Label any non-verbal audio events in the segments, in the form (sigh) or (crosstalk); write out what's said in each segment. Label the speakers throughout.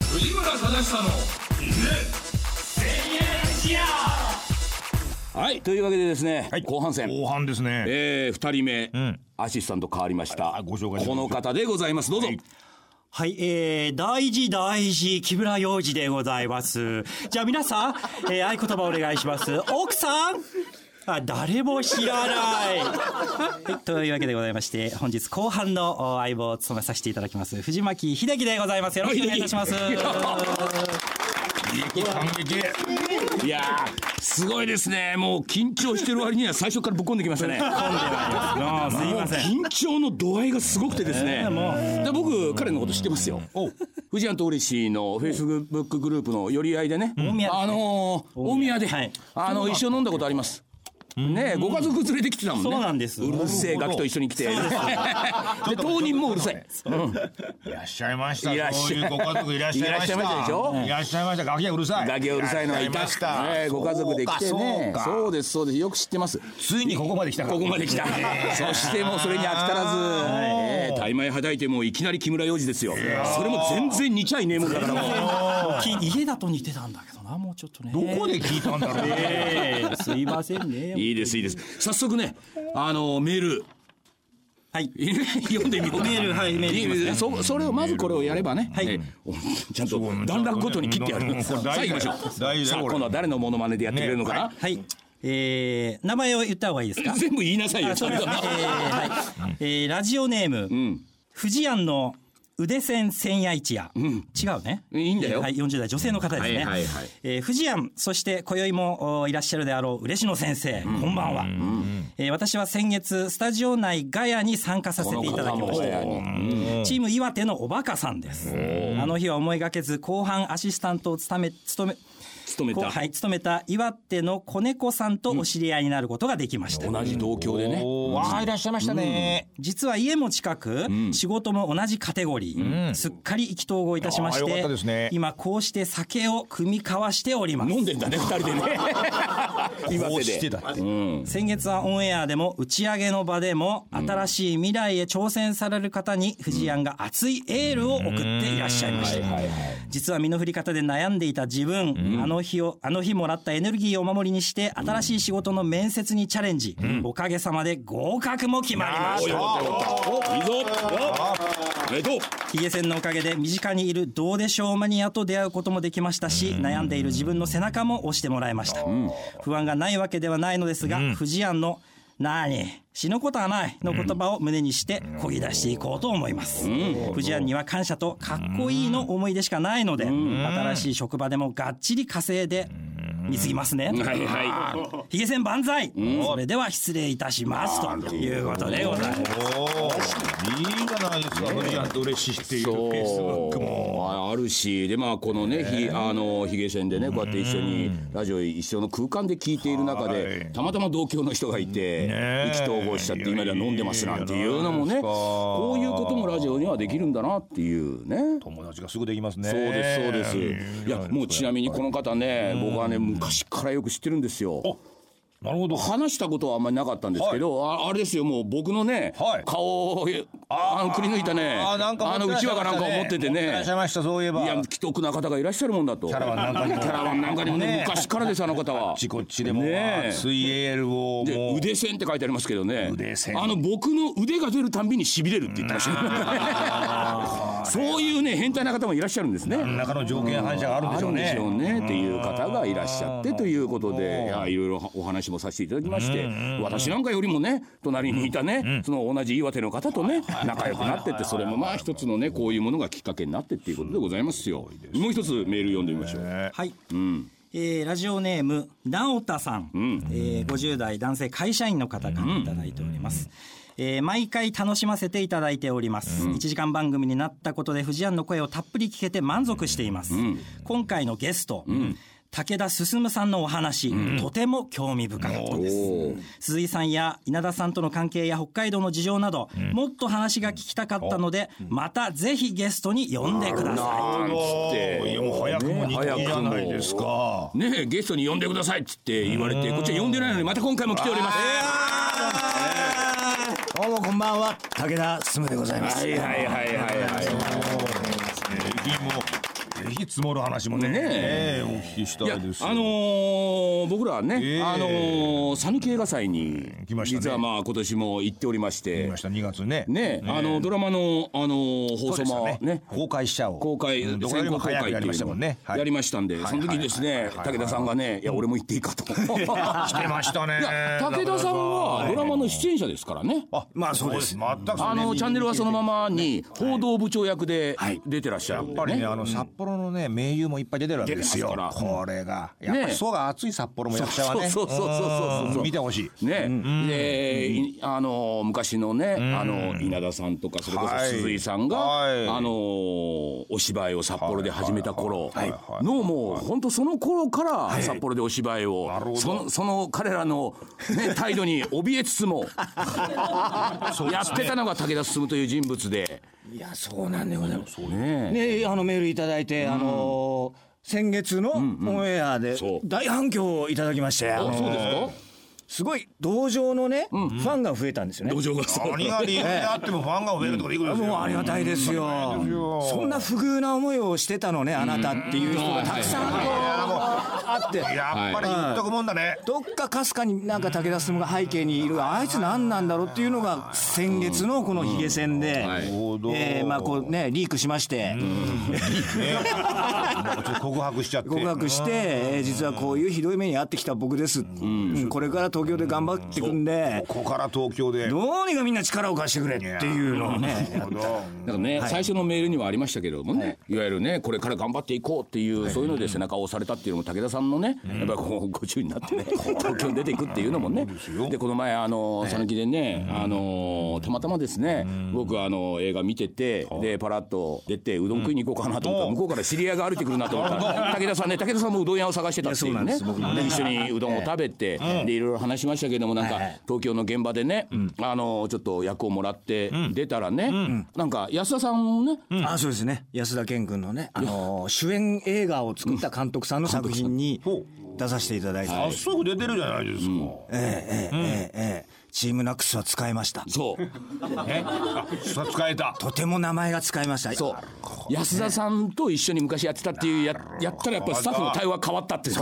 Speaker 1: 井村忠久の
Speaker 2: はいというわけでですね、
Speaker 3: はい
Speaker 2: 後半戦
Speaker 3: 後半ですね。
Speaker 2: えー、2人目、
Speaker 3: ん
Speaker 2: アシスタント変わりました
Speaker 3: あご紹介しましょう
Speaker 2: この方でございますどうぞ、
Speaker 4: はい、えー、大事大事、木村洋二でございます。じゃあ皆さん、えー、合言葉お願いします。奥さんあ、誰も知らない。はい、というわけでございまして、本日後半のお相棒を務めさせていただきます、藤巻秀樹でございます。よろしくお願いいたし (laughs) ます。
Speaker 3: いい感激。
Speaker 2: (laughs) いやーすごいですねもう緊張してる割には最初からぶっ込んできましたね
Speaker 4: もうすいません。
Speaker 2: 緊張の度合いがすごくてですね、で僕彼のこと知ってますよ藤原通氏のフェイスブックグループの寄り合いでね、
Speaker 4: ん大宮ですね
Speaker 2: あのー大宮で、
Speaker 4: はい
Speaker 2: あの一緒に飲んだことありますねえご家族連れてきてたもんね
Speaker 4: そうなんです
Speaker 2: うるせえガキと一緒に来てで当人もうるさい、うん
Speaker 3: いらっしゃいました。
Speaker 2: いらっしゃい
Speaker 3: そういうご家族いらっしゃいまし
Speaker 2: いらっしゃ
Speaker 3: た。
Speaker 2: いましたでしょ
Speaker 3: いらっしゃいました。ガキはうるさい。
Speaker 2: ガキがうるさいのがい
Speaker 3: ら
Speaker 2: た
Speaker 3: っしゃいました
Speaker 2: ねえご家族で来てね
Speaker 3: そうか
Speaker 2: そう
Speaker 3: そうか
Speaker 2: ですそうですよく知ってます
Speaker 3: ついにここまで来たか。
Speaker 2: こ
Speaker 3: (laughs)
Speaker 2: こまで来た。 (laughs) そしてもうそれに飽き足らず、ええ大枚はたいてもういきなり木村洋二ですよ。それも全然似ちゃいねえもんだからもう。
Speaker 4: き家だと似てたんだけどな、もうちょっとね。
Speaker 3: どこで聞いたんだろう。 (laughs)
Speaker 4: えー、すいませんね。
Speaker 2: いいですいいです。早速ね、あのメール。
Speaker 4: はい。
Speaker 2: 読んでみようか
Speaker 4: メールはいメール
Speaker 2: いいですねそそれをまずこれをやればね、
Speaker 4: はい
Speaker 2: ええおちゃんと段落ごとに切ってやる
Speaker 3: う
Speaker 2: (laughs)
Speaker 3: ん
Speaker 2: さあ行きましょうさあ
Speaker 3: 大事だよこれ
Speaker 2: 今度は誰のモノマネでやってくれるのかな、
Speaker 3: ね
Speaker 4: はい。えー、名前を言った方がいいですか
Speaker 2: 全部言いなさいよ (laughs)
Speaker 4: あ
Speaker 2: ち
Speaker 4: そ
Speaker 2: ゃ
Speaker 4: う
Speaker 2: ん
Speaker 4: です
Speaker 2: と
Speaker 4: ね。えーはい。えーラジオネーム、富士庵の腕線千夜一夜、違うね。
Speaker 2: いいんだよ
Speaker 4: はい、40代女性の方ですね。
Speaker 2: はいはいはい
Speaker 4: えー富士庵、そして今宵もおいらっしゃるであろう嬉野先生、こんばんは。えー私は先月、スタジオ内ガヤに参加させていただきまし
Speaker 2: この
Speaker 4: た
Speaker 2: 方。も
Speaker 4: チーム岩手のおバカさんです。あの日は思いがけず、後半アシスタントを務め、務め、
Speaker 2: 勤め
Speaker 4: こう
Speaker 2: た、
Speaker 4: はい、勤めた岩手の子猫さんとお知り合いになることができました。
Speaker 2: 同じ同郷でね
Speaker 3: わあいらっしゃいましたね。
Speaker 4: 実は家も近く、仕事も同じカテゴリー、すっかり意気投合いたしまし、
Speaker 3: あーよかってたですね
Speaker 4: 今こうして酒を組み交わしております
Speaker 2: 飲んでんだね二人でね今
Speaker 3: こう
Speaker 2: 手
Speaker 3: し
Speaker 2: で
Speaker 3: てだって。
Speaker 4: 先月はオンエアでも打ち上げの場でも新しい未来へ挑戦される方に藤井庵が熱いエールを送っていらっしゃいました実は身の振り方で悩んでいた自分、あの日をあの日もらったエネルギーをお守りにして新しい仕事の面接にチャレンジ、おかげさまで合格も決まりま
Speaker 2: お
Speaker 4: し
Speaker 2: い
Speaker 4: た
Speaker 2: よかったよかったおいいぞおめでとう
Speaker 4: ヒゲ戦のおかげで身近にいるどうでしょうマニアと出会うこともできましたし、悩んでいる自分の背中も押してもらいました。不安がないわけではないのですが、藤井庵の、なあに、死ぬことはないの言葉を胸にして、こぎ出していこうと思います。藤井庵には感謝とかっこいいの思い出しかないので、新しい職場でもがっちり稼いで、見過ぎます (laughs) ね。
Speaker 2: はいはい
Speaker 4: ヒゲ戦万歳、それでは失礼いたします。ということでございます。
Speaker 3: おお。いいじゃないですか。フジアンと嬉しいっていうフ
Speaker 2: そう
Speaker 3: ェイスブックも。
Speaker 2: ああるしでまあこのねひあのひげ線でねこうやって一緒にラジオ一緒の空間で聞いている中
Speaker 3: は
Speaker 2: で
Speaker 3: い
Speaker 2: たまたま同郷の人がいて
Speaker 3: ねえ
Speaker 2: 意気投合しちゃって今では飲んでますなんていうのも
Speaker 3: い
Speaker 2: ね
Speaker 3: いじゃないですか
Speaker 2: こういうこともラジオにはできるんだなっていうね。
Speaker 3: 友達がすぐできますね。
Speaker 2: そうですそうです。いやもうちなみにこの方ね僕はね昔からよく知ってるんですよ。
Speaker 3: なるほど。
Speaker 2: 話したことはあんまりなかったんですけど、ああれですよもう僕のね、
Speaker 3: はい
Speaker 2: 顔をあのくり抜いたね
Speaker 3: あなんか持
Speaker 2: あ
Speaker 3: っ
Speaker 2: の
Speaker 3: て
Speaker 2: う
Speaker 3: らっ
Speaker 2: ち
Speaker 3: しゃ
Speaker 2: わ
Speaker 3: いまし
Speaker 2: か
Speaker 3: たね
Speaker 2: なんかを持ってて
Speaker 3: いらっ
Speaker 2: ね
Speaker 3: しゃいましたそういえば
Speaker 2: いや既得な方がいらっしゃるもんだとキ
Speaker 3: ャラバンなんかにも
Speaker 2: キャラバンなんかにもね
Speaker 3: ねえ
Speaker 2: 昔からですあの方は
Speaker 3: あっちこっちでも
Speaker 2: ねえ
Speaker 3: 熱いエールを
Speaker 2: で
Speaker 3: もう
Speaker 2: 腕線って書いてありますけどね
Speaker 3: 腕線
Speaker 2: あの僕の腕が出るたんびにしびれるって言ってましたね (laughs) そういうね変態な方もいらっしゃるんですね
Speaker 3: 中の条件反射があるんで
Speaker 2: あ
Speaker 3: し
Speaker 2: る
Speaker 3: ょうん
Speaker 2: でし
Speaker 3: ね
Speaker 2: ょうねっていう方がいらっしゃってということでいやいろいろお話もさせていただきまして私なんかよりもね隣にいたねその同じ岩手の方とね仲良くなってってそれもまあ一つのねこういうものがきっかけになってっていうことでございますよもう一つメール読んでみましょう
Speaker 4: はい、えーラジオネーム直太さん、えー50代男性会社員の方からいただいております、えー毎回楽しませていただいております、1時間番組になったことで藤庵の声をたっぷり聞けて満足しています、今回のゲスト、武田進さんのお話、とても興味深かったです
Speaker 2: おー
Speaker 4: 鈴井さんや稲田さんとの関係や北海道の事情など、もっと話が聞きたかったのでまたぜひゲストに呼んでください
Speaker 2: なんつって
Speaker 3: いやもう早くも
Speaker 2: ね
Speaker 3: 人気じゃないですか。
Speaker 2: ねえゲストに呼んでくださいっつって言われてこっちは呼んでないのにまた今回も来ております
Speaker 5: どうもこんばんは武田進でございます
Speaker 2: はいはいはいはいはい
Speaker 3: 最近もぜひ積もる話もね
Speaker 2: ね
Speaker 3: えお聞きした
Speaker 2: いや、あ
Speaker 3: い
Speaker 2: の
Speaker 3: ですよ
Speaker 2: ー僕らはね、
Speaker 3: ええ
Speaker 2: あのー讃岐映画祭に
Speaker 3: 来ましたね
Speaker 2: 実はまあ今年も行っておりまし
Speaker 3: 言い
Speaker 2: て
Speaker 3: ました2月ね
Speaker 2: ねあのドラマの、あのー放送もね
Speaker 3: 公開しちゃおう
Speaker 2: 公開、
Speaker 3: うんどこよ
Speaker 2: 先
Speaker 3: り
Speaker 2: 行
Speaker 3: も
Speaker 2: 公開っ
Speaker 3: 早
Speaker 2: てい
Speaker 3: く
Speaker 2: うの
Speaker 3: やりましたもんねはい
Speaker 2: やりましたんで、
Speaker 3: い
Speaker 2: その時にですね、
Speaker 3: はいはい
Speaker 2: 武田さんがね、いや、俺も行っていい
Speaker 3: (laughs)
Speaker 2: かと。来てま
Speaker 3: したね
Speaker 2: いや、武田さんはドラマの出演者ですからね。
Speaker 3: あまあそうです全く
Speaker 2: あのチャンネルはそのままに報道部長役で出てらっしゃるん
Speaker 3: やっ
Speaker 2: で
Speaker 3: ぱりね
Speaker 2: ね。
Speaker 3: あの札幌のね名優もいっぱい出てるわけですよ
Speaker 2: 出てますから
Speaker 3: これがやっぱ
Speaker 2: ね
Speaker 3: り層が厚い札幌も役者はね
Speaker 2: そうそうそうそうそうそう
Speaker 3: うん見てほしい
Speaker 2: ね、で、いあの昔のね、あの稲田さんとかそれこそ
Speaker 3: はい
Speaker 2: 鈴井さんが、
Speaker 3: はい
Speaker 2: あのお芝居を札幌で始めた頃
Speaker 3: はいはいはい
Speaker 2: のもう本当その頃から札幌でお芝居を、
Speaker 3: なるほど
Speaker 2: そのその彼らの
Speaker 3: (laughs)
Speaker 2: ね態度に怯えつつもやってたのが武田進という人物で、
Speaker 1: いやそうなんでございます。
Speaker 2: ね、
Speaker 1: ねあのメールいただいて、あの先月のオンエアで
Speaker 2: そう
Speaker 1: 大反響をいただきまして、あ
Speaker 2: あ
Speaker 1: の
Speaker 2: そうですか。
Speaker 1: すごい同情のね、ファンが増えたんですよね。
Speaker 2: 土壌がそう
Speaker 3: 何が理由であってもファンが増えるとこでいくんですよ
Speaker 1: もうありがたいですよ。そんな不遇な思いをしてたのねあなたっていう人がたくさんこうあって。
Speaker 3: やっぱり言っとくもんだね
Speaker 1: どっかかすかになんか武田進が背景にいるあいつ何なんだろうっていうのが先月のこのヒゲ戦で、
Speaker 2: はい
Speaker 1: えーまあこうねリークしまして、
Speaker 3: ちょっと告白しちゃって
Speaker 1: 告白して、えー実はこういうひどい目に遭ってきた僕です、うんこれから東京で頑張ってくんで
Speaker 3: ここから東京で
Speaker 1: どうにかみんな力を貸してくれっていうのをねや
Speaker 2: な
Speaker 1: った
Speaker 2: んかね、最初のメールにはありましたけれどもね、い、わゆるねこれから頑張っていこうっていう、そういうので背中を押されたっていうのも武田さんのね、やっぱりこうご注意にな (laughs) ってね東京に出ていくっていうのもねでこの前あの讃岐でね、あのたまたまですね、僕あの映画見ててでパラッと出てうどん食いに行こうかなと思ったら、向こうから知り合いが歩いてくるなと思った (laughs) ら武田さんね武田さんもうどん屋を探してたっていうねで一緒にうどんを食べて、でいろいろ話しましたけどもなんか東京の現場でね、あのちょっと役をもらって出たらね、なんか安田さんもね、
Speaker 1: あそうですね安田顕君のね、あのー主演映画を作った監督さんの作品に出させていただいて、
Speaker 3: あっさく出てるじゃないですか
Speaker 1: えーえーえーえーチームナックスは使いました
Speaker 2: そう
Speaker 3: えあさ使えた
Speaker 1: とても名前が使いました
Speaker 2: そう安田さんと一緒に昔やってたっていうややったらやっぱスタッフの対応が変わったっていう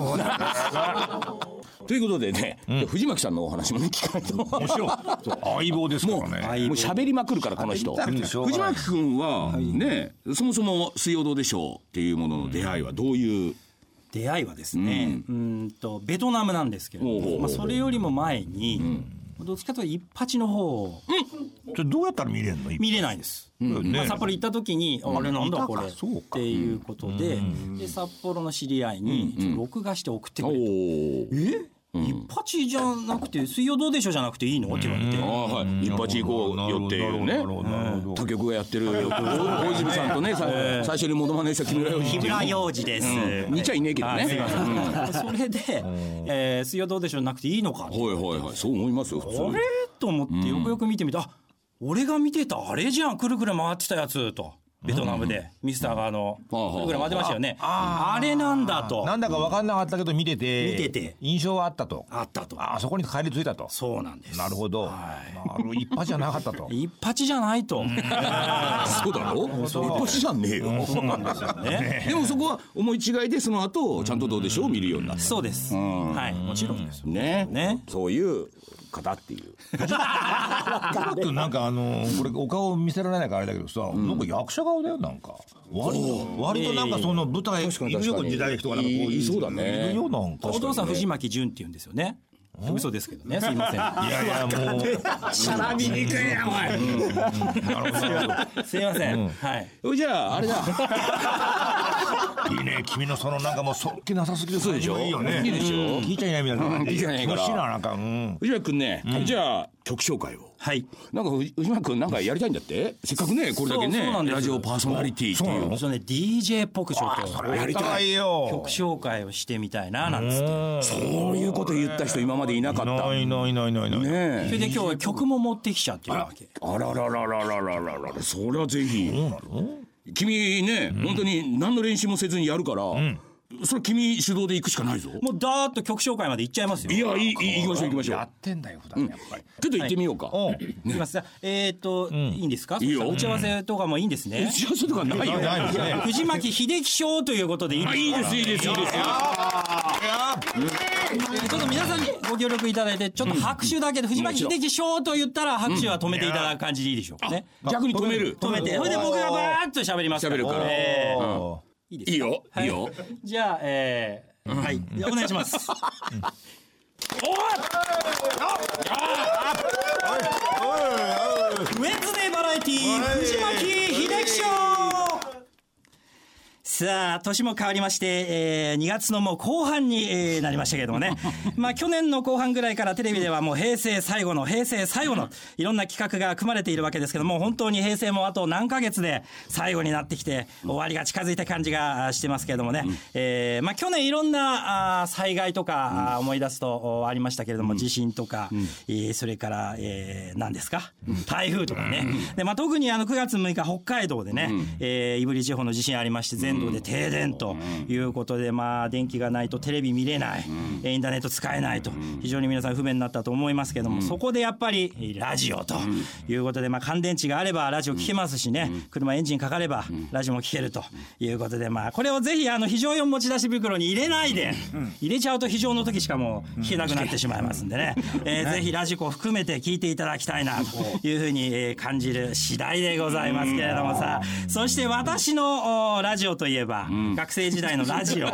Speaker 2: (laughs) ということでね、藤巻さんのお話もね聞かないと面白
Speaker 3: 相棒ですからね
Speaker 2: もう喋りまくるからこの人
Speaker 3: りしょうが
Speaker 2: 藤
Speaker 3: ない
Speaker 2: 巻君はね、そもそも「水曜どうでしょう」っていうものの出会いはどういう、
Speaker 4: 出会いはですね、うーん、とベトナムなんですけれど
Speaker 2: おうおうお
Speaker 4: も、
Speaker 2: う
Speaker 4: まあ、それよりも前に、どっちかというと一八の方を
Speaker 3: それどうやったら見れるの
Speaker 4: 見れないんです。まあ、札幌行った時に「あれなんだこれ」っていうことで,、で札幌の知り合いにちょっと録画して送ってくれと、え一八じゃなくて「水曜どうでしょう」じゃなくていいのって言われて、
Speaker 2: ああはい一発行こうよっていう
Speaker 3: な
Speaker 2: ね
Speaker 3: るほどなるほど
Speaker 2: 他局がやってる大泉さんとねさ最初にモノマネした木村洋
Speaker 4: 木
Speaker 2: 一
Speaker 4: 村洋二です、
Speaker 2: 似ちゃいねえけど
Speaker 4: あすい
Speaker 2: ね
Speaker 4: ません (laughs) それで「えー水曜どうでしょう」なくていいのかって
Speaker 2: はいはいはいそう思いますよ普通
Speaker 4: あれと思ってよくよく見てみた、あ俺が見てたあれじゃんくるくる回ってたやつとベトナムでミスターがあのく
Speaker 2: はあはあ
Speaker 4: るくる回ってましたよねあれなんだと
Speaker 3: なんだか分かんなかったけど見てて
Speaker 4: 見てて
Speaker 3: 印象はあったと
Speaker 4: あったと
Speaker 3: あそこに帰り着いたと
Speaker 4: そうなんです
Speaker 3: なるほどなるほど一発じゃなかった (laughs) と
Speaker 4: 一発じゃないと
Speaker 2: そうだろ一発じゃねえよ
Speaker 4: そうなんですよね
Speaker 2: でもそこは思い違いでその後ちゃんとどうでしょう見るようになった
Speaker 4: そうですはいもちろんです
Speaker 2: ね
Speaker 4: ね
Speaker 2: そういう方っていう
Speaker 3: 高くなんかあのこれお顔見せられないからあれだけどさなんか役者顔だよなんか割と割となんかその舞台いるよ時代劇とかなんかこう
Speaker 2: いいそうだ
Speaker 3: い
Speaker 2: ね
Speaker 3: るよなんか
Speaker 4: お父さん藤巻潤って言うんですよね嘘ですけどねすいません
Speaker 3: いやいやもう
Speaker 1: しゃらみにくいなおい
Speaker 4: (laughs) すいませんはい
Speaker 2: じゃああれだ
Speaker 3: いいね君のそのなんかもうそっけなさすぎて
Speaker 2: そうでしょ
Speaker 3: いいよね
Speaker 2: いいでしょ
Speaker 3: 聞いちゃいないみたいな
Speaker 2: うん聞いちゃいないから
Speaker 3: 気持ちななんかうん
Speaker 2: 藤巻君ねじゃあ曲紹介を
Speaker 4: はい
Speaker 2: なんか藤藤巻君なんかやりたいんだってせっかくねこれだけ
Speaker 4: そうそうなん
Speaker 2: ね
Speaker 4: で
Speaker 2: ラ
Speaker 4: す
Speaker 2: ジオパーソナリティっていう
Speaker 4: そのね DJ っぽくちょっと
Speaker 3: やりたいよ
Speaker 4: 曲紹介をしてみたいななんつって
Speaker 2: そういうこと言った人今までいなかった
Speaker 3: な
Speaker 2: ね
Speaker 3: いないないないない
Speaker 4: そ
Speaker 2: え
Speaker 4: れで今日は曲も持ってきちゃってるわけ
Speaker 2: あらららららららららそれはぜひ君ね本当に何の練習もせずにやるからそれ君主導で行くしかないぞ。
Speaker 4: もうダーッと曲紹介まで行っちゃいますよ
Speaker 2: いや、いい、いい、行きましょう、行きましょう
Speaker 3: や。ってんだよ普段やっぱり
Speaker 2: ちょっと行ってみようか。
Speaker 3: うん
Speaker 4: いきますよえっ、と、いいんですか
Speaker 2: いいよ
Speaker 4: 打ち合わせとかもいいんです
Speaker 2: 打
Speaker 4: ね、
Speaker 2: ち合わせとかないよ。
Speaker 3: ないですね
Speaker 4: (laughs) 藤巻秀樹賞ということでいい
Speaker 2: あいいです、いいです、いいです。
Speaker 4: ちょっと皆さんにご協力いただいてちょっと拍手だけで、藤巻秀樹賞と言ったら拍手は止めていただく感じでいいでしょうかね、
Speaker 2: 逆に止める。
Speaker 4: 止めてそれで僕がバーッと喋りますから
Speaker 2: 喋るから
Speaker 4: えー
Speaker 3: お
Speaker 2: いいよ、いいよ。
Speaker 4: じゃあえーはいお願いしますウェンズデーバラエティー藤巻秀樹賞さあ、年も変わりまして、え2月のもう後半に、えーなりましたけれどもね。まあ去年の後半ぐらいからテレビではもう平成最後の、平成最後の、いろんな企画が組まれているわけですけども、本当に平成もあと何ヶ月で最後になってきて、終わりが近づいた感じがあしてますけれどもね。えーまあ去年いろんなあー災害とか、あー思い出すとおありましたけれども、地震とか、えーそれから、えー何ですか台風とかね。で、まあ特にあの9月6日北海道でね、えー胆振地方の地震ありまして、全土で停電ということで、まあ、電気がないとテレビ見れない、えーインターネット使えないと、非常に皆さん不便になったと思いますけども、そこでやっぱりえーラジオということで、まあ、乾電池があればラジオ聞けますしね、車エンジンかかればラジオも聞けるということで、まあ、これをぜひ、あの、非常用持ち出し袋に入れないで、入れちゃうと非常の時しかもう聞けなくなってしまいますんでね、えーぜひラジコを含めて聞いていただきたいなというふうにえー感じる次第でございますけれどもさ、そして私のおラジオといえば、学生時代のラジオ。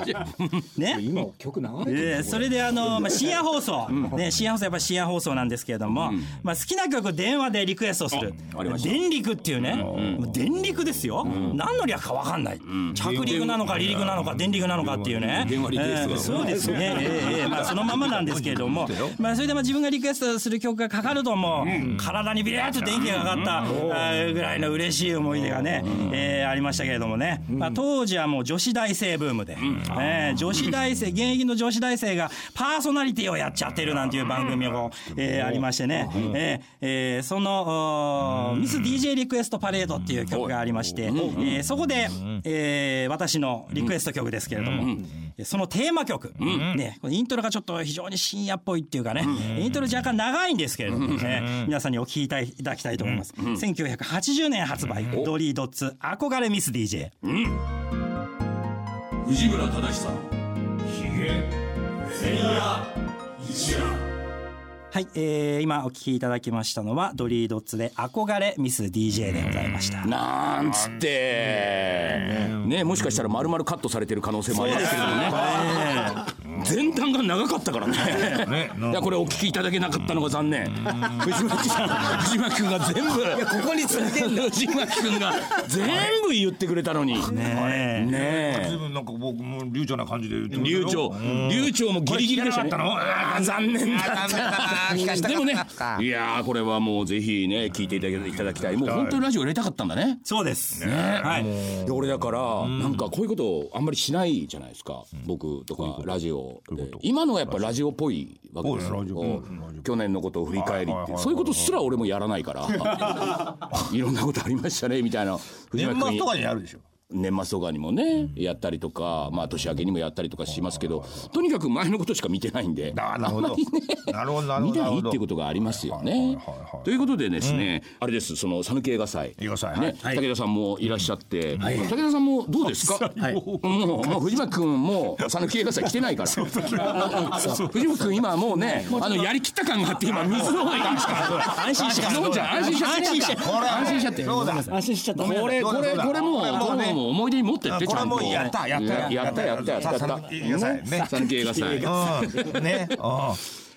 Speaker 4: ね。
Speaker 1: 今曲流れてる
Speaker 4: えーそれであの、まあ、深夜放送、ね、深夜放送やっぱ深夜放送なんですけれども、まあ、好きな曲を電話でリクエストする
Speaker 2: あありました
Speaker 4: 電陸っていうね、もう電陸ですよ、何の略か分かんない、着陸なのか離陸なのか電陸なのかっていうね
Speaker 2: 電話リクエストだもんね
Speaker 4: えーそうですね、えーえーまあ、そのままなんですけれども、まあ、それでまあ自分がリクエストする曲がかかるともう、体にビリッと電気がかかったあーぐらいの嬉しい思い出がね、えーありましたけれどもね、まあ、当時はもう女子大生ブームで、えー女子大生現役の女子大生がパーソナリティをやっちゃってるなんていう番組も、えーありましてね、えーえーそのおーミス DJ リクエストパレードっていう曲がありまして、えーそこで、えー私のリクエスト曲ですけれども、そのテーマ曲、ね、このイントロがちょっと非常に深夜っぽいっていうかね、イントロ若干長いんですけれどもね、皆さんにお聴きいただきたいと思います。1980年発売、ドリードッツ、憧れミス DJ。
Speaker 2: 藤村忠久の。
Speaker 4: はい、えー、今お聴きいただきましたのは、ドリードッツで憧れミス DJ でございました。
Speaker 2: なんつって。ね、もしかしたら、まるまるカットされてる可能性もありますけれどもね。前段が長かったからね。いや、これお聞きいただけなかったのが残念。藤巻さん、藤巻君が全部。ここについて (laughs) 藤巻君が全部言ってくれたのに。
Speaker 4: ねえ
Speaker 2: ね
Speaker 3: 随分なんか僕も流暢な感じで言って
Speaker 2: え。
Speaker 3: ますよ
Speaker 2: 流暢、流暢もギリギリでしたね。
Speaker 3: これ聞かなか
Speaker 2: あ
Speaker 3: ったの
Speaker 2: ー残念だった。
Speaker 5: 聞かした
Speaker 2: で
Speaker 5: か
Speaker 2: も
Speaker 5: っ
Speaker 2: ね、い
Speaker 5: たか
Speaker 2: やーこれはもうぜひね聞いていただきいただきたい。もう本当にラジオ入れたかったんだね。
Speaker 4: そうです。
Speaker 2: ね
Speaker 4: はい。
Speaker 2: で俺だからなんかこういうことあんまりしないじゃないですか、僕とかラジオで今のがやっぱラジオっぽいわけですよ
Speaker 3: ラジオ
Speaker 2: こう
Speaker 3: うんラジオ
Speaker 2: 去年のことを振り返り
Speaker 3: はい
Speaker 2: っ
Speaker 3: はいはい
Speaker 2: て
Speaker 3: はい
Speaker 2: そういうことすら俺もやらないから
Speaker 3: (laughs)
Speaker 2: いろんなことありましたねみたいな藤
Speaker 3: 年
Speaker 2: 巻君
Speaker 3: 末とかにやるでしょ
Speaker 2: 年末とかにもねやったりとかまあ年明けにもやったりとかしますけどとにかく前のことしか見てないんで
Speaker 3: あーなるほどなるほどなる
Speaker 2: 見
Speaker 3: ほど
Speaker 2: な
Speaker 3: ないる
Speaker 2: っ
Speaker 3: ほど
Speaker 2: ていうことがありますよ
Speaker 3: はいはい
Speaker 2: ね
Speaker 3: はいは。い
Speaker 2: ということでですね、あれですその讃岐映画祭
Speaker 3: 映画祭
Speaker 2: ね、
Speaker 4: はい
Speaker 2: 武田さんもいらっしゃって、武田さんもどうですか、もうもう藤巻君も讃岐映画祭来てないから藤巻君今もうねあのやりきった感があって今水の方がいいですから安心しちゃう飲んじゃう安心しちゃって安心しちゃって
Speaker 3: そうだ
Speaker 4: 安心しちゃった。
Speaker 2: これ
Speaker 3: そ
Speaker 2: こ
Speaker 3: うだ
Speaker 2: れ
Speaker 3: そうだ
Speaker 2: これもう
Speaker 3: これもう
Speaker 2: こ
Speaker 3: ね
Speaker 2: れもう思い出に持ってっ
Speaker 3: あ
Speaker 2: て
Speaker 3: こ
Speaker 2: ち
Speaker 3: れ
Speaker 2: ゃ
Speaker 3: は
Speaker 2: ん
Speaker 3: も
Speaker 2: と
Speaker 3: うやったやった
Speaker 2: やったやったやったやった
Speaker 3: さいやさね
Speaker 2: 讃岐映画祭
Speaker 3: うんねうん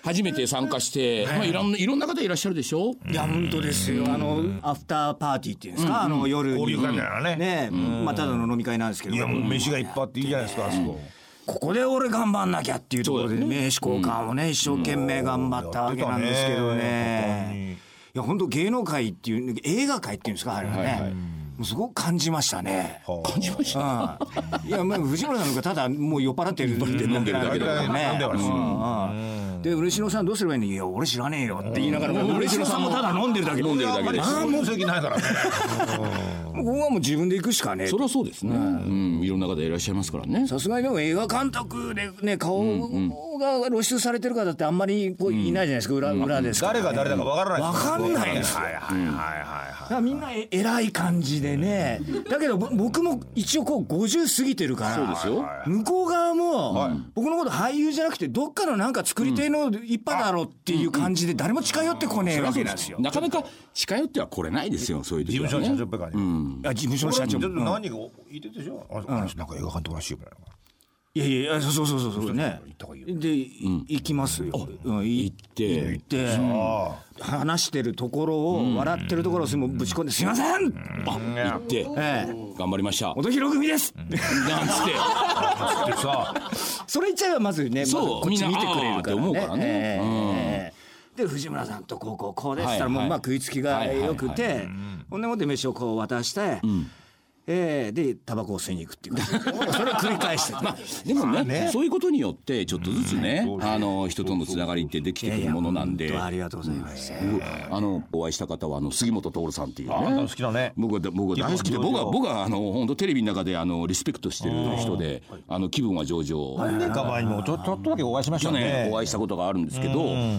Speaker 2: 初めて参加して、まあ、いろんないろんな方いらっしゃるでしょ
Speaker 5: いや本当ですよあのアフターパーティーっていうんですかあの夜
Speaker 3: 交
Speaker 5: に
Speaker 3: 流会みたいな
Speaker 5: ね
Speaker 3: ね
Speaker 5: まあただの飲み会なんですけど
Speaker 3: いやもう飯がいっぱいあっていいじゃないですかあそこ
Speaker 5: ここで俺頑張んなきゃっていうところで名刺交換をね一生懸命頑張ったわけなんですけど
Speaker 3: やってたね
Speaker 5: ねいや本当芸能界っていう映画界っていうんですかあれはね
Speaker 1: すごく感じましたね。
Speaker 2: 感じました。
Speaker 1: うんいや、まあ、藤村なんかただもう酔っ払ってるんで飲んでるだけだから
Speaker 3: 飲んで
Speaker 1: ね
Speaker 3: はる
Speaker 1: う
Speaker 3: し
Speaker 1: んうん。で、嬉野さんどうすればいいのいや、俺知らねえよって言いながら、もう嬉野さんもただ飲んでるだけで。
Speaker 2: 飲んでるだけで
Speaker 3: あんまり席ないからね。
Speaker 1: ここはもう自分で行くしかねえ
Speaker 2: それはそうですね、うん、いろんな方いらっしゃいますからね
Speaker 1: さすがにでも映画監督でね、顔が露出されてる方ってあんまりこういないじゃないですか、裏裏ですから
Speaker 3: (laughs) 誰
Speaker 1: ね。
Speaker 3: が誰だかわからない。
Speaker 1: わかんないですよ
Speaker 3: はいはいはい
Speaker 1: だ
Speaker 3: は
Speaker 1: からみんなえ偉い感じでね。だけどぼ僕も一応こう50過ぎてるから。
Speaker 2: そうですよ
Speaker 1: 向こう側も、僕のこと俳優じゃなくてどっかのなんか作り手の一派だろうっていう感じで誰も近寄ってこねえわけなんですよ。
Speaker 2: なかなか近寄っては来れないですよそういう
Speaker 3: い。事
Speaker 2: 時はね
Speaker 3: 務所の社長っぽい感じ。
Speaker 1: あ事務所の社長
Speaker 3: ちょっと
Speaker 1: も。うん
Speaker 3: 何が言ってたでしょ。ああの人なんか映画監督らしいみたいな。
Speaker 1: いやいやいやそうそうそうそうそうね
Speaker 3: 行った方がいい。よ
Speaker 1: でい行きますよ。うん行
Speaker 2: って
Speaker 1: 行って話してるところを笑ってるところをすぐぶち込んで「すいません!」
Speaker 2: 行って
Speaker 1: ええ
Speaker 2: 頑張りま
Speaker 1: (laughs)
Speaker 2: した
Speaker 1: 「音広組です!」
Speaker 2: なんつって
Speaker 3: でさ、
Speaker 1: それ言っちゃえばまずねまず
Speaker 2: そう
Speaker 1: こっち見てくれ
Speaker 2: みんなあーっ
Speaker 1: るからね
Speaker 2: て思うからね
Speaker 1: ええ
Speaker 2: うん
Speaker 1: ええで藤村さんとこうこうこうですっ
Speaker 2: は
Speaker 1: た
Speaker 2: いは
Speaker 1: ら
Speaker 2: い
Speaker 1: もうまあ食いつきが良くてこんなもんで飯をこう渡して、ええでタバコを吸いに行
Speaker 2: (laughs)
Speaker 1: くっていう感じそれを繰り返して
Speaker 2: まあ、でもねそういうことによってちょっとずつね、あの人とのつながりってできてくるものなんで、
Speaker 1: いやいや本当ありがとうございます、
Speaker 2: あのお会いした方はあの杉本徹さんっていう
Speaker 3: あんた
Speaker 2: ね
Speaker 3: 好きだね。
Speaker 2: 僕は僕は大好きで
Speaker 3: 気分は上
Speaker 2: 僕
Speaker 3: 々
Speaker 2: は僕はあの本当テレビの中であのリスペクトしてる人であの気分は上々。
Speaker 3: 何年か前にもちょちょっとだけお会いしまし
Speaker 2: 去
Speaker 3: たね
Speaker 2: 年。お会いしたことがあるんですけど、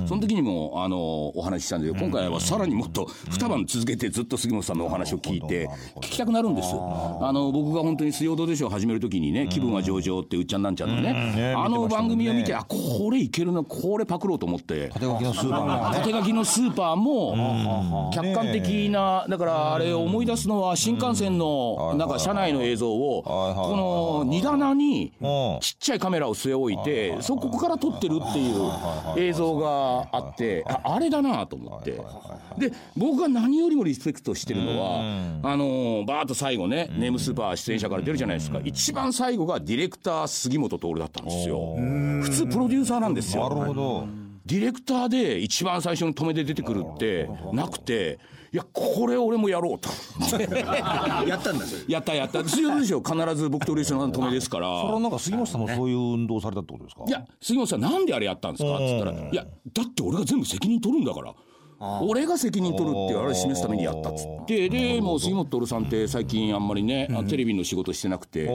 Speaker 2: その時にもあのお話ししたんですけど、今回はさらにもっと二晩続けてずっと杉本さんのお話を聞いて聞きたくなるんです。あの僕が本当に水曜どうでしょうを始める時にね、気分は上々ってうっちゃんなんちゃんのね、あの番組を見てあこれいけるなこれパクろうと思って。
Speaker 3: 縦書きのスーパーマンね。
Speaker 2: 縦書きのスーパーも客観的なだからあれを思い出すのは新幹線のなんか車内の映像を
Speaker 3: はいはい
Speaker 2: この荷棚に
Speaker 3: うん
Speaker 2: ちっちゃいカメラを据え置いてそこから撮ってるっていう映像があってああれだなと思ってで僕が何よりもリスペクトしてるのはあのバーッと最後ねネームスーパー出演者から出るじゃないですか一番最後がディレクター杉本徹だったんですよ普通プロデューサーなんですよ
Speaker 3: なるほど。
Speaker 2: ディレクターで一番最初に止めて出てくるってなくていやこれ俺もやろうと
Speaker 1: やったんだそれ
Speaker 2: (laughs) やったやった強いでしょ必ず僕と嬉しの止めですから
Speaker 3: それはなんか杉本さんもそういう運動をされたってことですか。
Speaker 2: いや杉本さんなんであれやったんですかって言ったら「いやだって俺が全部責任取るんだから」俺が責任取るっていうあれを示すためにやったっつってでもう杉本徹さんって最近あんまりね、あテレビの仕事してなくて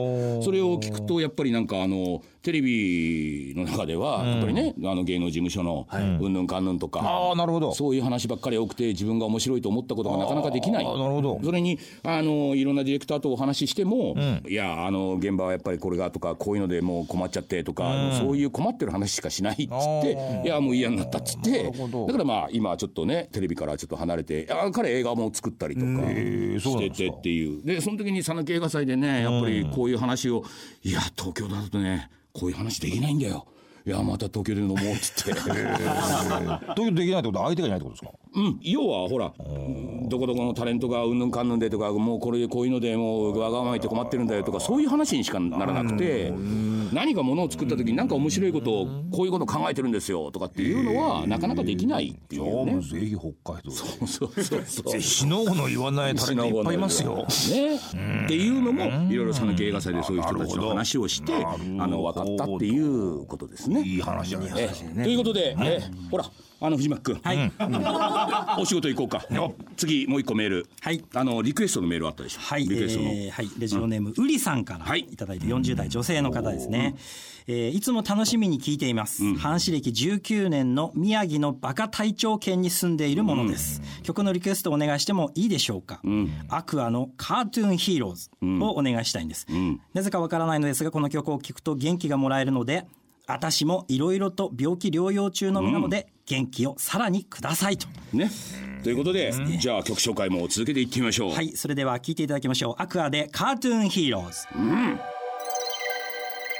Speaker 2: それを聞くとやっぱりなんかあのテレビの中ではやっぱりね、あの芸能事務所のうんぬんかんぬんとか、
Speaker 3: ああなるほど。
Speaker 2: そういう話ばっかり多くて自分が面白いと思ったことがなかなかできない
Speaker 3: あーなるほど
Speaker 2: それにあのいろんなディレクターとお話ししても、いやあの現場はやっぱりこれがとかこういうのでもう困っちゃってとか、そういう困ってる話しかしないっつっていやもう嫌になったっつってだからまあ今ちょっとねテレビからちょっと離れてあ彼映画も作ったりとかしててっていうでその時に讃岐映画祭でねやっぱりこういう話をいや東京だとねこういう話できないんだよ。いやまた東京で飲もうっつ (laughs) って
Speaker 3: というできないってことは相手がいないってことですか。
Speaker 2: うん、要はほら、どこどこのタレントがうんぬんかんぬんでとか、もうこれでこういうので、もうわがまま言って困ってるんだよとか、そういう話にしかならなくて、何かものを作った時に、なんか面白いことを、こういうこと考えてるんですよとかっていうのは、なかなかできないってい
Speaker 3: じゃあ
Speaker 2: う
Speaker 3: も
Speaker 2: ね
Speaker 3: う。ぜひ北海道で。
Speaker 2: そうそうそう
Speaker 3: 死のうの言わないタレントいっぱいいますよ。
Speaker 2: ね、っていうのもいろいろ讃岐映画祭でそういう人たちの話をしてあの分かったっていうことですね。
Speaker 3: いい話じゃないですか。
Speaker 2: えということで、えほらあの藤巻君、うんお仕事行こうか次もう一個メール、
Speaker 4: はい
Speaker 2: あのリクエストのメールあったでしょ、
Speaker 4: はい、
Speaker 2: リクエストの、
Speaker 4: えーはい、レジオネーム、うりさんから
Speaker 2: はい
Speaker 4: いただいて40代女性の方ですね。えーいつも楽しみに聞いています。藩士歴19年の宮城のバカ隊長県に住んでいるものです。曲のリクエストをお願いしてもいいでしょうか、アクアのカートゥーンヒーローズをお願いしたいんです。なぜかわからないのですが、この曲を聴くと元気がもらえるので、私もいろいろと病気療養中の身なので、元気をさらにくださいと。
Speaker 2: ねということで、じゃあ曲紹介も続けていってみましょう、
Speaker 4: はい、それでは聴いていただきましょう。アクアでカートゥーンヒーローズ。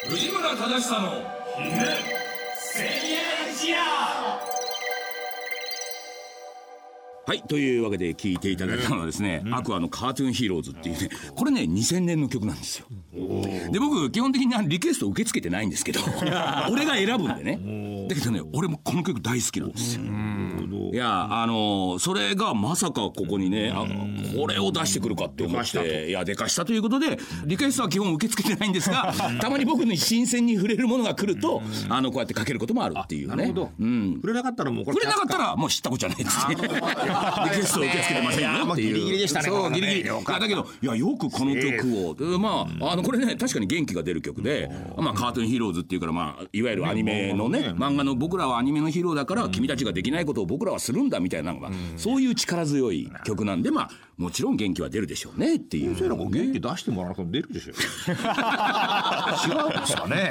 Speaker 6: 藤村忠久の
Speaker 2: はいというわけで聴いていただいたのはですね、アクアのカートゥーンヒーローズっていうね、これね、2000年の曲なんです (laughs) よ。で、僕、基本的にあのリクエスト受け付けてないんですけど、俺が選ぶんでね。だけどね俺もこの曲大好きなんですよ。いやあのそれがまさかここにねあのこれを出してくるかって思っていやでかしたということでリクエストは基本受け付けてないんですがたまに僕に新鮮に触れるものが来るとあのこうやってかけることもあるっていうね。
Speaker 3: なるほど
Speaker 2: うん
Speaker 3: 触れなかったらもうこれ
Speaker 2: 触れなかったらもう知ったことじゃないですね。 (laughs) リクエストを受け付けてませんよっていう。
Speaker 3: いやまあギリギリでしたね
Speaker 2: そ
Speaker 3: こ
Speaker 2: う
Speaker 3: れ
Speaker 2: ギ
Speaker 3: ね
Speaker 2: リギリ。いやだけどいやよくこの曲をでまああのこれね確かに元気が出る曲で、まあカートゥーンヒーローズっていうからまあいわゆるアニメのね漫画の僕らはアニメのヒーローだから君たちができないことを僕らはするんだみたいなのがそういう力強い曲なんでまあもちろん元気は出るでしょうねっていう。
Speaker 3: 先生なんか元気出してもらわなくても出るでしょ違うんですか (laughs) ね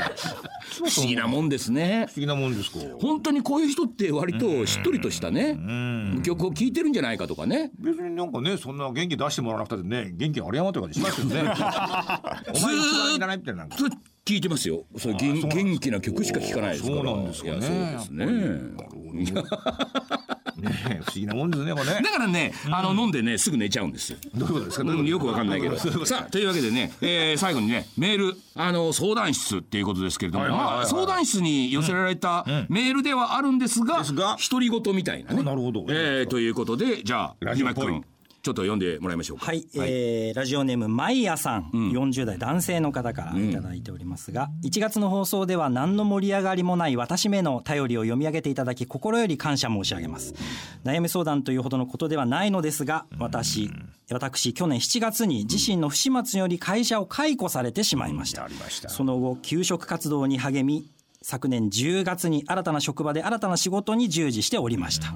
Speaker 2: 不思議なもんですね
Speaker 3: 不。思議なもんですか
Speaker 2: 本当にこういう人って割としっとりとしたね曲を聴いてるんじゃないかとかね
Speaker 3: 別になんかねそんな元気出してもらわなくたってね元気あり余ってる感じします (laughs) よねお前一番いらないみたいななんか
Speaker 2: それ聞いてますよ。そう元元気な曲しか聴かないですから。
Speaker 3: そうなんですかね
Speaker 2: いやそうですね。いや
Speaker 3: ね不思議なもんですねこれね
Speaker 2: だからね、あの飲んでねすぐ寝ちゃうんですよ。
Speaker 3: どういうことですか
Speaker 2: うんよくわかんないけ
Speaker 3: (laughs)
Speaker 2: ど。さあというわけでね、えー最後にねメールあの相談室っていうことですけれども、まあ相談室に寄せられたメールではあるんですが
Speaker 3: すが、
Speaker 2: 独り言みたいなね。
Speaker 3: あなるほど
Speaker 2: えーということでじゃあ
Speaker 3: ラジオっ
Speaker 2: 今
Speaker 3: ぽい
Speaker 2: 君ちょっと読んでもらいましょうか。
Speaker 4: はい、えーラジオネームマイヤさん、40代男性の方からいただいておりますが、1月の放送では何の盛り上がりもない私めの頼りを読み上げていただき心より感謝申し上げます悩み相談というほどのことではないのですが私私去年7月に自身の不始末により会社を解雇されてしまいました,、その後求職活動に励み昨年10月に新たな職場で新たな仕事に従事しておりました、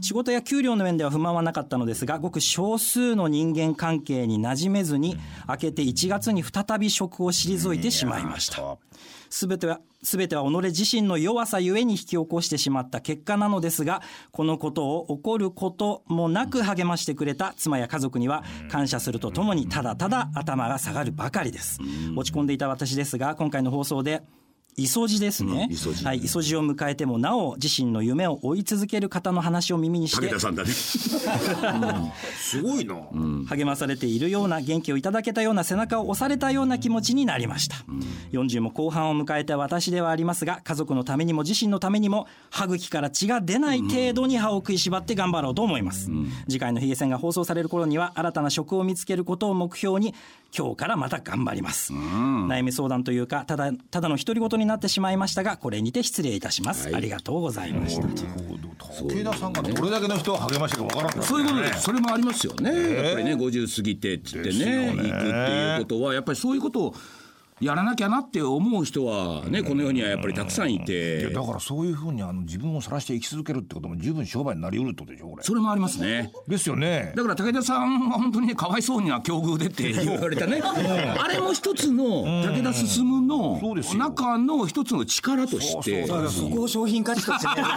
Speaker 4: 仕事や給料の面では不満はなかったのですがごく少数の人間関係に馴染めずに、明けて1月に再び職を退いてしまいました、すべては、すべては己自身の弱さゆえに引き起こしてしまった結果なのですが、このことを起こることもなく励ましてくれた妻や家族には感謝するとともにただただ頭が下がるばかりです。落ち込んでいた私ですが、今回の放送で、磯路ですね、
Speaker 2: 磯路
Speaker 4: はい、磯路を迎えてもなお自身の夢を追い続ける方の話を耳にして
Speaker 2: 武田さんだね。
Speaker 3: すごいな
Speaker 4: 励まされているような元気をいただけたような背中を押されたような気持ちになりました、40も後半を迎えた私ではありますが家族のためにも自身のためにも歯茎から血が出ない程度に歯を食いしばって頑張ろうと思います、次回のヒゲ戦が放送される頃には新たな職を見つけることを目標に今日からまた頑張ります、悩み相談というかただただの独り言になってしまいましたがこれにて失礼いたします、ありがとうございました
Speaker 3: 武田さんがどれだけの人を励ましてるかわからん
Speaker 2: そういうことです。それもありますよね。やっぱりね、50過ぎてっつってね、行くっていうことは、やっぱりそういうことをやらなきゃなって思う人はね、この世にはやっぱりたくさんい
Speaker 3: いや
Speaker 2: て、
Speaker 3: だからそういうふうにあの自分を晒して生き続けるってことも十分商売になりうるってことでしょこれ
Speaker 2: それもありますね。
Speaker 3: ですよね
Speaker 2: だから武田さんは本当にね、かわいそうにな境遇でって言われたね。あれも一つの武田進の
Speaker 3: そうですよ
Speaker 2: 中の一つの力として、
Speaker 5: そこを商品価値としてねこれか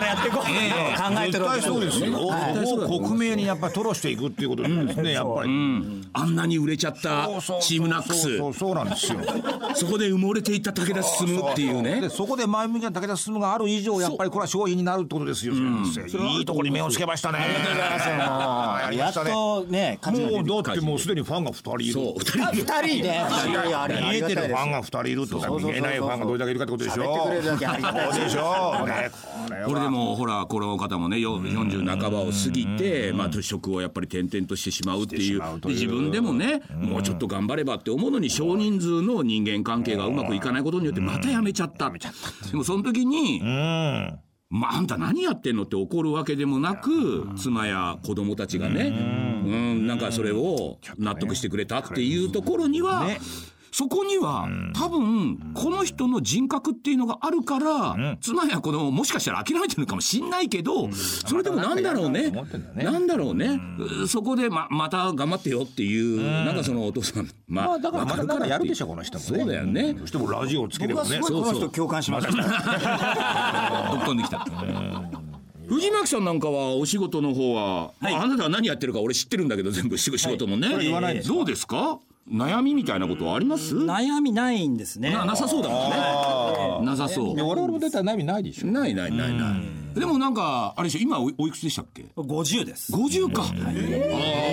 Speaker 5: らやっていこうって考えて
Speaker 3: 絶
Speaker 5: るわけ
Speaker 3: 対そうですよ、
Speaker 2: はい
Speaker 3: そこを克明にやっぱり吐露していくっていうことですね、やっぱり、
Speaker 2: あんなに売れちゃった
Speaker 3: そうそうそう
Speaker 2: チームナックス、
Speaker 3: そうそうそうなんですよ
Speaker 2: そこで埋もれていった武田進っていうね
Speaker 3: で。そこで前向きな武田進がある以上やっぱりこれは商品になるってことですよ、先生いいところに目をつけましたねやりま
Speaker 5: やっ
Speaker 3: したね
Speaker 5: とね価値が出て
Speaker 3: も
Speaker 5: る
Speaker 3: うだってもうすでにファンが2人いる
Speaker 2: そう、二人
Speaker 5: あ二人でいやいやあれあ
Speaker 3: 見
Speaker 5: り
Speaker 3: え
Speaker 5: が
Speaker 3: て
Speaker 5: たい
Speaker 3: るフ
Speaker 5: です
Speaker 3: ァンが2人いる
Speaker 5: そ
Speaker 3: とか
Speaker 5: うそうそうそう
Speaker 3: 見えないファンがどれだけいるかってことでしょ
Speaker 5: 喋ってくれるだけありがたいです
Speaker 3: そうでしょうね
Speaker 2: こ
Speaker 3: これは
Speaker 2: れでもほらこの方もねよ40半ばを過ぎてまあ年職をやっぱり転々としてしまうっていう
Speaker 3: してしまう
Speaker 2: で
Speaker 3: という
Speaker 2: 自分でもねもうちょっと頑張ればって思うのに少人数の人間関係がうまくいかないことによってまた辞めちゃったでもその時に
Speaker 3: うん
Speaker 2: まあ、あんた何やってんのって怒るわけでもなく、妻や子供たちがね、うん、なんかそれを納得してくれたっていうところには、そこには、多分、この人の人格っていうのがあるから、妻や子供もしかしたら諦めてるのかもしんないけど、それでもなんだろうね
Speaker 3: またなんかやると思ってんだ。ね
Speaker 2: なんだろうね。そこで、ま、また頑張ってよっていう、なんかそのお父さん、
Speaker 3: まあだから
Speaker 2: わ
Speaker 3: また
Speaker 2: る
Speaker 3: なんかやるでし
Speaker 2: ょ。
Speaker 3: ょこの人もね
Speaker 2: そうだよね。
Speaker 3: そしてもうラジオをつけれ
Speaker 5: 僕
Speaker 3: ば
Speaker 5: は
Speaker 3: ね
Speaker 5: すごいこの人共感しました
Speaker 2: ぶっ飛んできた。藤巻さんなんかはお仕事の方は、まあ、あなたは何やってるか俺知ってるんだけど全部仕仕事もね、
Speaker 5: 言わないです
Speaker 2: どうですか悩みみたいなことはありますな
Speaker 4: 悩みないんですね
Speaker 2: なさそうだもんねなさそ
Speaker 3: いや我々も出たら悩みないでしょ
Speaker 2: うないないないないでもなんかあれでしょ今おおいくつでしたっけ
Speaker 4: 50です
Speaker 2: 50か、ああ若い、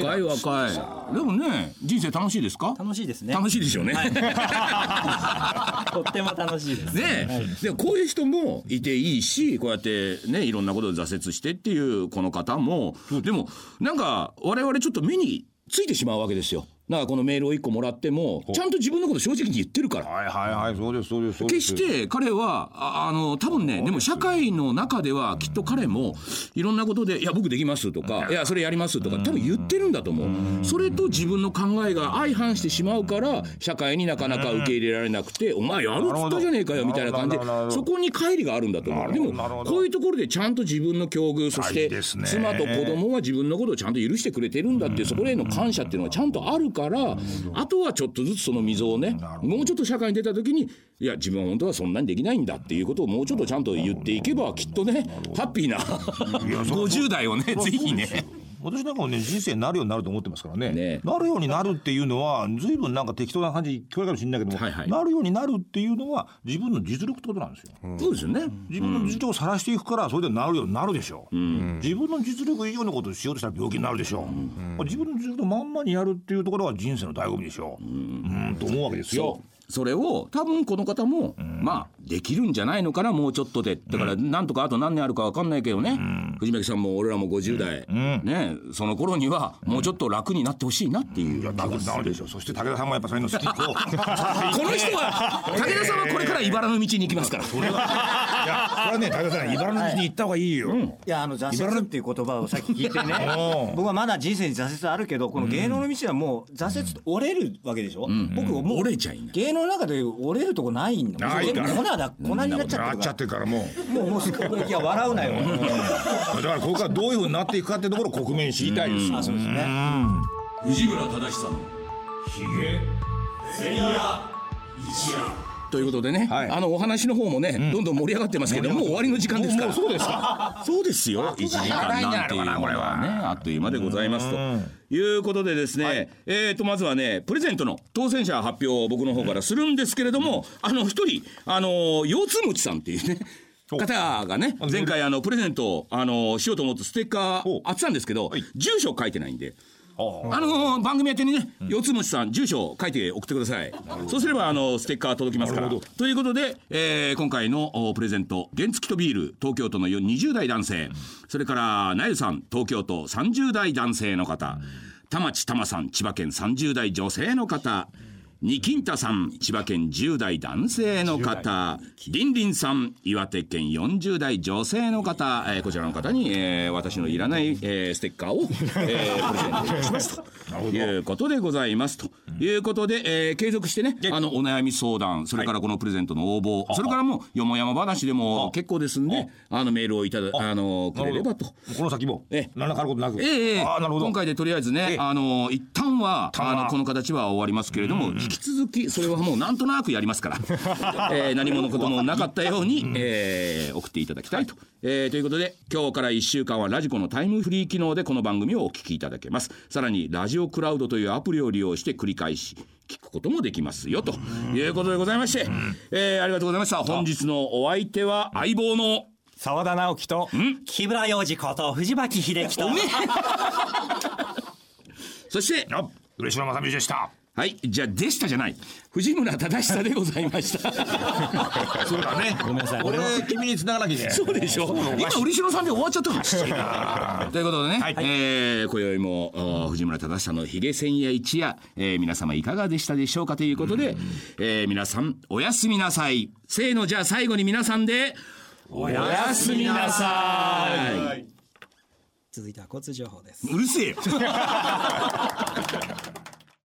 Speaker 2: 若い若いでもね人生楽しいですか
Speaker 4: 楽しいですね
Speaker 2: 楽しいでしょうね、
Speaker 4: とっても楽しいです
Speaker 2: ねでもこういう人もいていいしこうやってねいろんなことで挫折してっていうこの方もでもなんか我々ちょっと目についてしまうわけですよなんかこのメールを1個もらってもちゃんと自分のこと正直に言ってるから
Speaker 3: はいはいはいそうですそうですそうで
Speaker 2: 決
Speaker 3: す
Speaker 2: して彼はああの多分ねでも社会の中ではきっと彼もいろんなことで「いや僕できます」とか「いやそれやります」とか多分言ってるんだと思うそれと自分の考えが相反してしまうから社会になかなか受け入れられなくて「お前やるっつったじゃねえかよ」みたいな感じで
Speaker 3: なるほどなるほど
Speaker 2: そこに乖離があるんだと思うで
Speaker 3: なるほ
Speaker 2: も
Speaker 3: ど
Speaker 2: こういうところでちゃんと自分の境遇そし
Speaker 3: あい
Speaker 2: て
Speaker 3: いですね
Speaker 2: 妻と子供は自分のことをちゃんと許してくれてるんだっていうそこへの感謝っていうのがちゃんとあるからあとはちょっとずつその溝をねもうちょっと社会に出た時にいや自分は本当はそんなにできないんだっていうことをもうちょっとちゃんと言っていけばきっとねハッピーな50代 (laughs) をねぜひね。
Speaker 3: 私なんかもね人生なるようになると思ってますからね
Speaker 2: ね
Speaker 3: なるようになるっていうのは随分なんか適当な感じに聞こえるかもしれないけども、
Speaker 2: はいはい
Speaker 3: なるようになるっていうのは自分の実力ってことなんですよ
Speaker 2: そうですよね
Speaker 3: 自分の実力を晒していくからそれでなるようになるでしょう、自分の実力以上のことをしようとしたら病気になるでしょう、まあ自分の実力のまんまにやるっていうところは人生の醍醐味でしょう、うん、と思うわけですよ
Speaker 2: それを多分この方も、まあできるんじゃないのかなもうちょっとでだからなんとかあと何年あるか分かんないけどね、藤巻さんも俺らも50代、ねその頃にはもうちょっと楽になってほしいなっていう、こ
Speaker 3: 多分なるでしょうそして武田さんもやっぱそういうの好 (laughs) きこう
Speaker 2: の人は武田さんはこれから茨の道に行きますから
Speaker 3: いやこれはね武田さん茨の道に行った方がいいよ、
Speaker 5: いやあの挫折っていう言葉をさっき聞いてね僕はまだ人生に挫折あるけどこの芸能の道はもう挫折って折れるわけでしょ、僕もう
Speaker 2: 折れちゃいない
Speaker 5: 芸能の中で折れるとこないんだもん
Speaker 3: ない
Speaker 5: 全部
Speaker 3: から
Speaker 5: 粉だ粉になっちゃ
Speaker 3: な
Speaker 5: って
Speaker 3: っ
Speaker 5: る
Speaker 3: ちゃ
Speaker 5: か
Speaker 3: ってるからもう
Speaker 5: らもうもうすごいいや笑うなよ
Speaker 3: だからここからどういうふうになっていくかってところを国民に知りたいですよ、
Speaker 5: あそうですね
Speaker 2: 藤村忠さんのということでね、
Speaker 3: はい
Speaker 2: あのお話の方もね、どんどん盛り上がってますけどもう終わりの時間ですから
Speaker 3: もうそうですか
Speaker 2: そうですよ1時間なんていうのはねあっという間でございますということでですね、えー、とまずはねプレゼントの当選者発表を僕の方からするんですけれども、あの一人あのー腰痛持ちさんっていうね
Speaker 3: お
Speaker 2: (laughs) 方がね前回あのプレゼントをあのーしようと思ってステッカー
Speaker 3: お
Speaker 2: あってたんですけど
Speaker 3: い
Speaker 2: 住所書いてないんで。あ
Speaker 3: あ
Speaker 2: のー番組宛てにね、四つ星さん住所を書いて送ってくださいそうすればあのステッカー届きますからということで、えー今回のおプレゼント原付とビール東京都のよ20代男性、それからなゆさん東京都30代男性の方、田町たまさん千葉県30代女性の方にきんたさん千葉県10代男性の方りんりんさん岩手県40代女性の方、えーこちらの方に、えー私のいらない、えーステッカーを、えープレゼントいたしますということでございますということで、えー継続してねあのお悩み相談それからこのプレゼントの応募それからもうよもやま話でも結構ですんであのメールをいただあのくれればと。
Speaker 3: この先も
Speaker 2: ええ
Speaker 3: 何らかあることなく、
Speaker 2: ええええ
Speaker 3: ああなるほど
Speaker 2: 今回でとりあえずね、あの一旦は
Speaker 3: 旦は
Speaker 2: あのこの形は終わりますけれども、引き続きそれはもうなんとなくやりますから、 (laughs) えー何ものこともなかったように、えー送っていただきたいと、えーということで今日から1週間はラジコのタイムフリー機能でこの番組をお聞きいただけますさらにラジオクラウドというアプリを利用して繰り返し聞くこともできますよということでございまして、えーありがとうございました本日のお相手は相棒の
Speaker 6: 沢田直樹と
Speaker 4: 木村洋二こと藤巻秀樹と
Speaker 2: そして
Speaker 3: あ嬉野正美でした
Speaker 2: はいじゃあでしたじゃない藤村忠久でございました
Speaker 3: (laughs) そうだねごめんなさい俺君に繋がなきゃいけない
Speaker 2: そうでしょ今漆野さんで終わっちゃったから (laughs) ということでね、えー今宵もあー藤村忠久のひげ千夜一夜、えー皆様いかがでしたでしょうかということで、えー皆さんおやすみなさいせーのじゃあ最後に皆さんでおやすみなさい
Speaker 4: 続いては交通情報です
Speaker 2: うるせえよ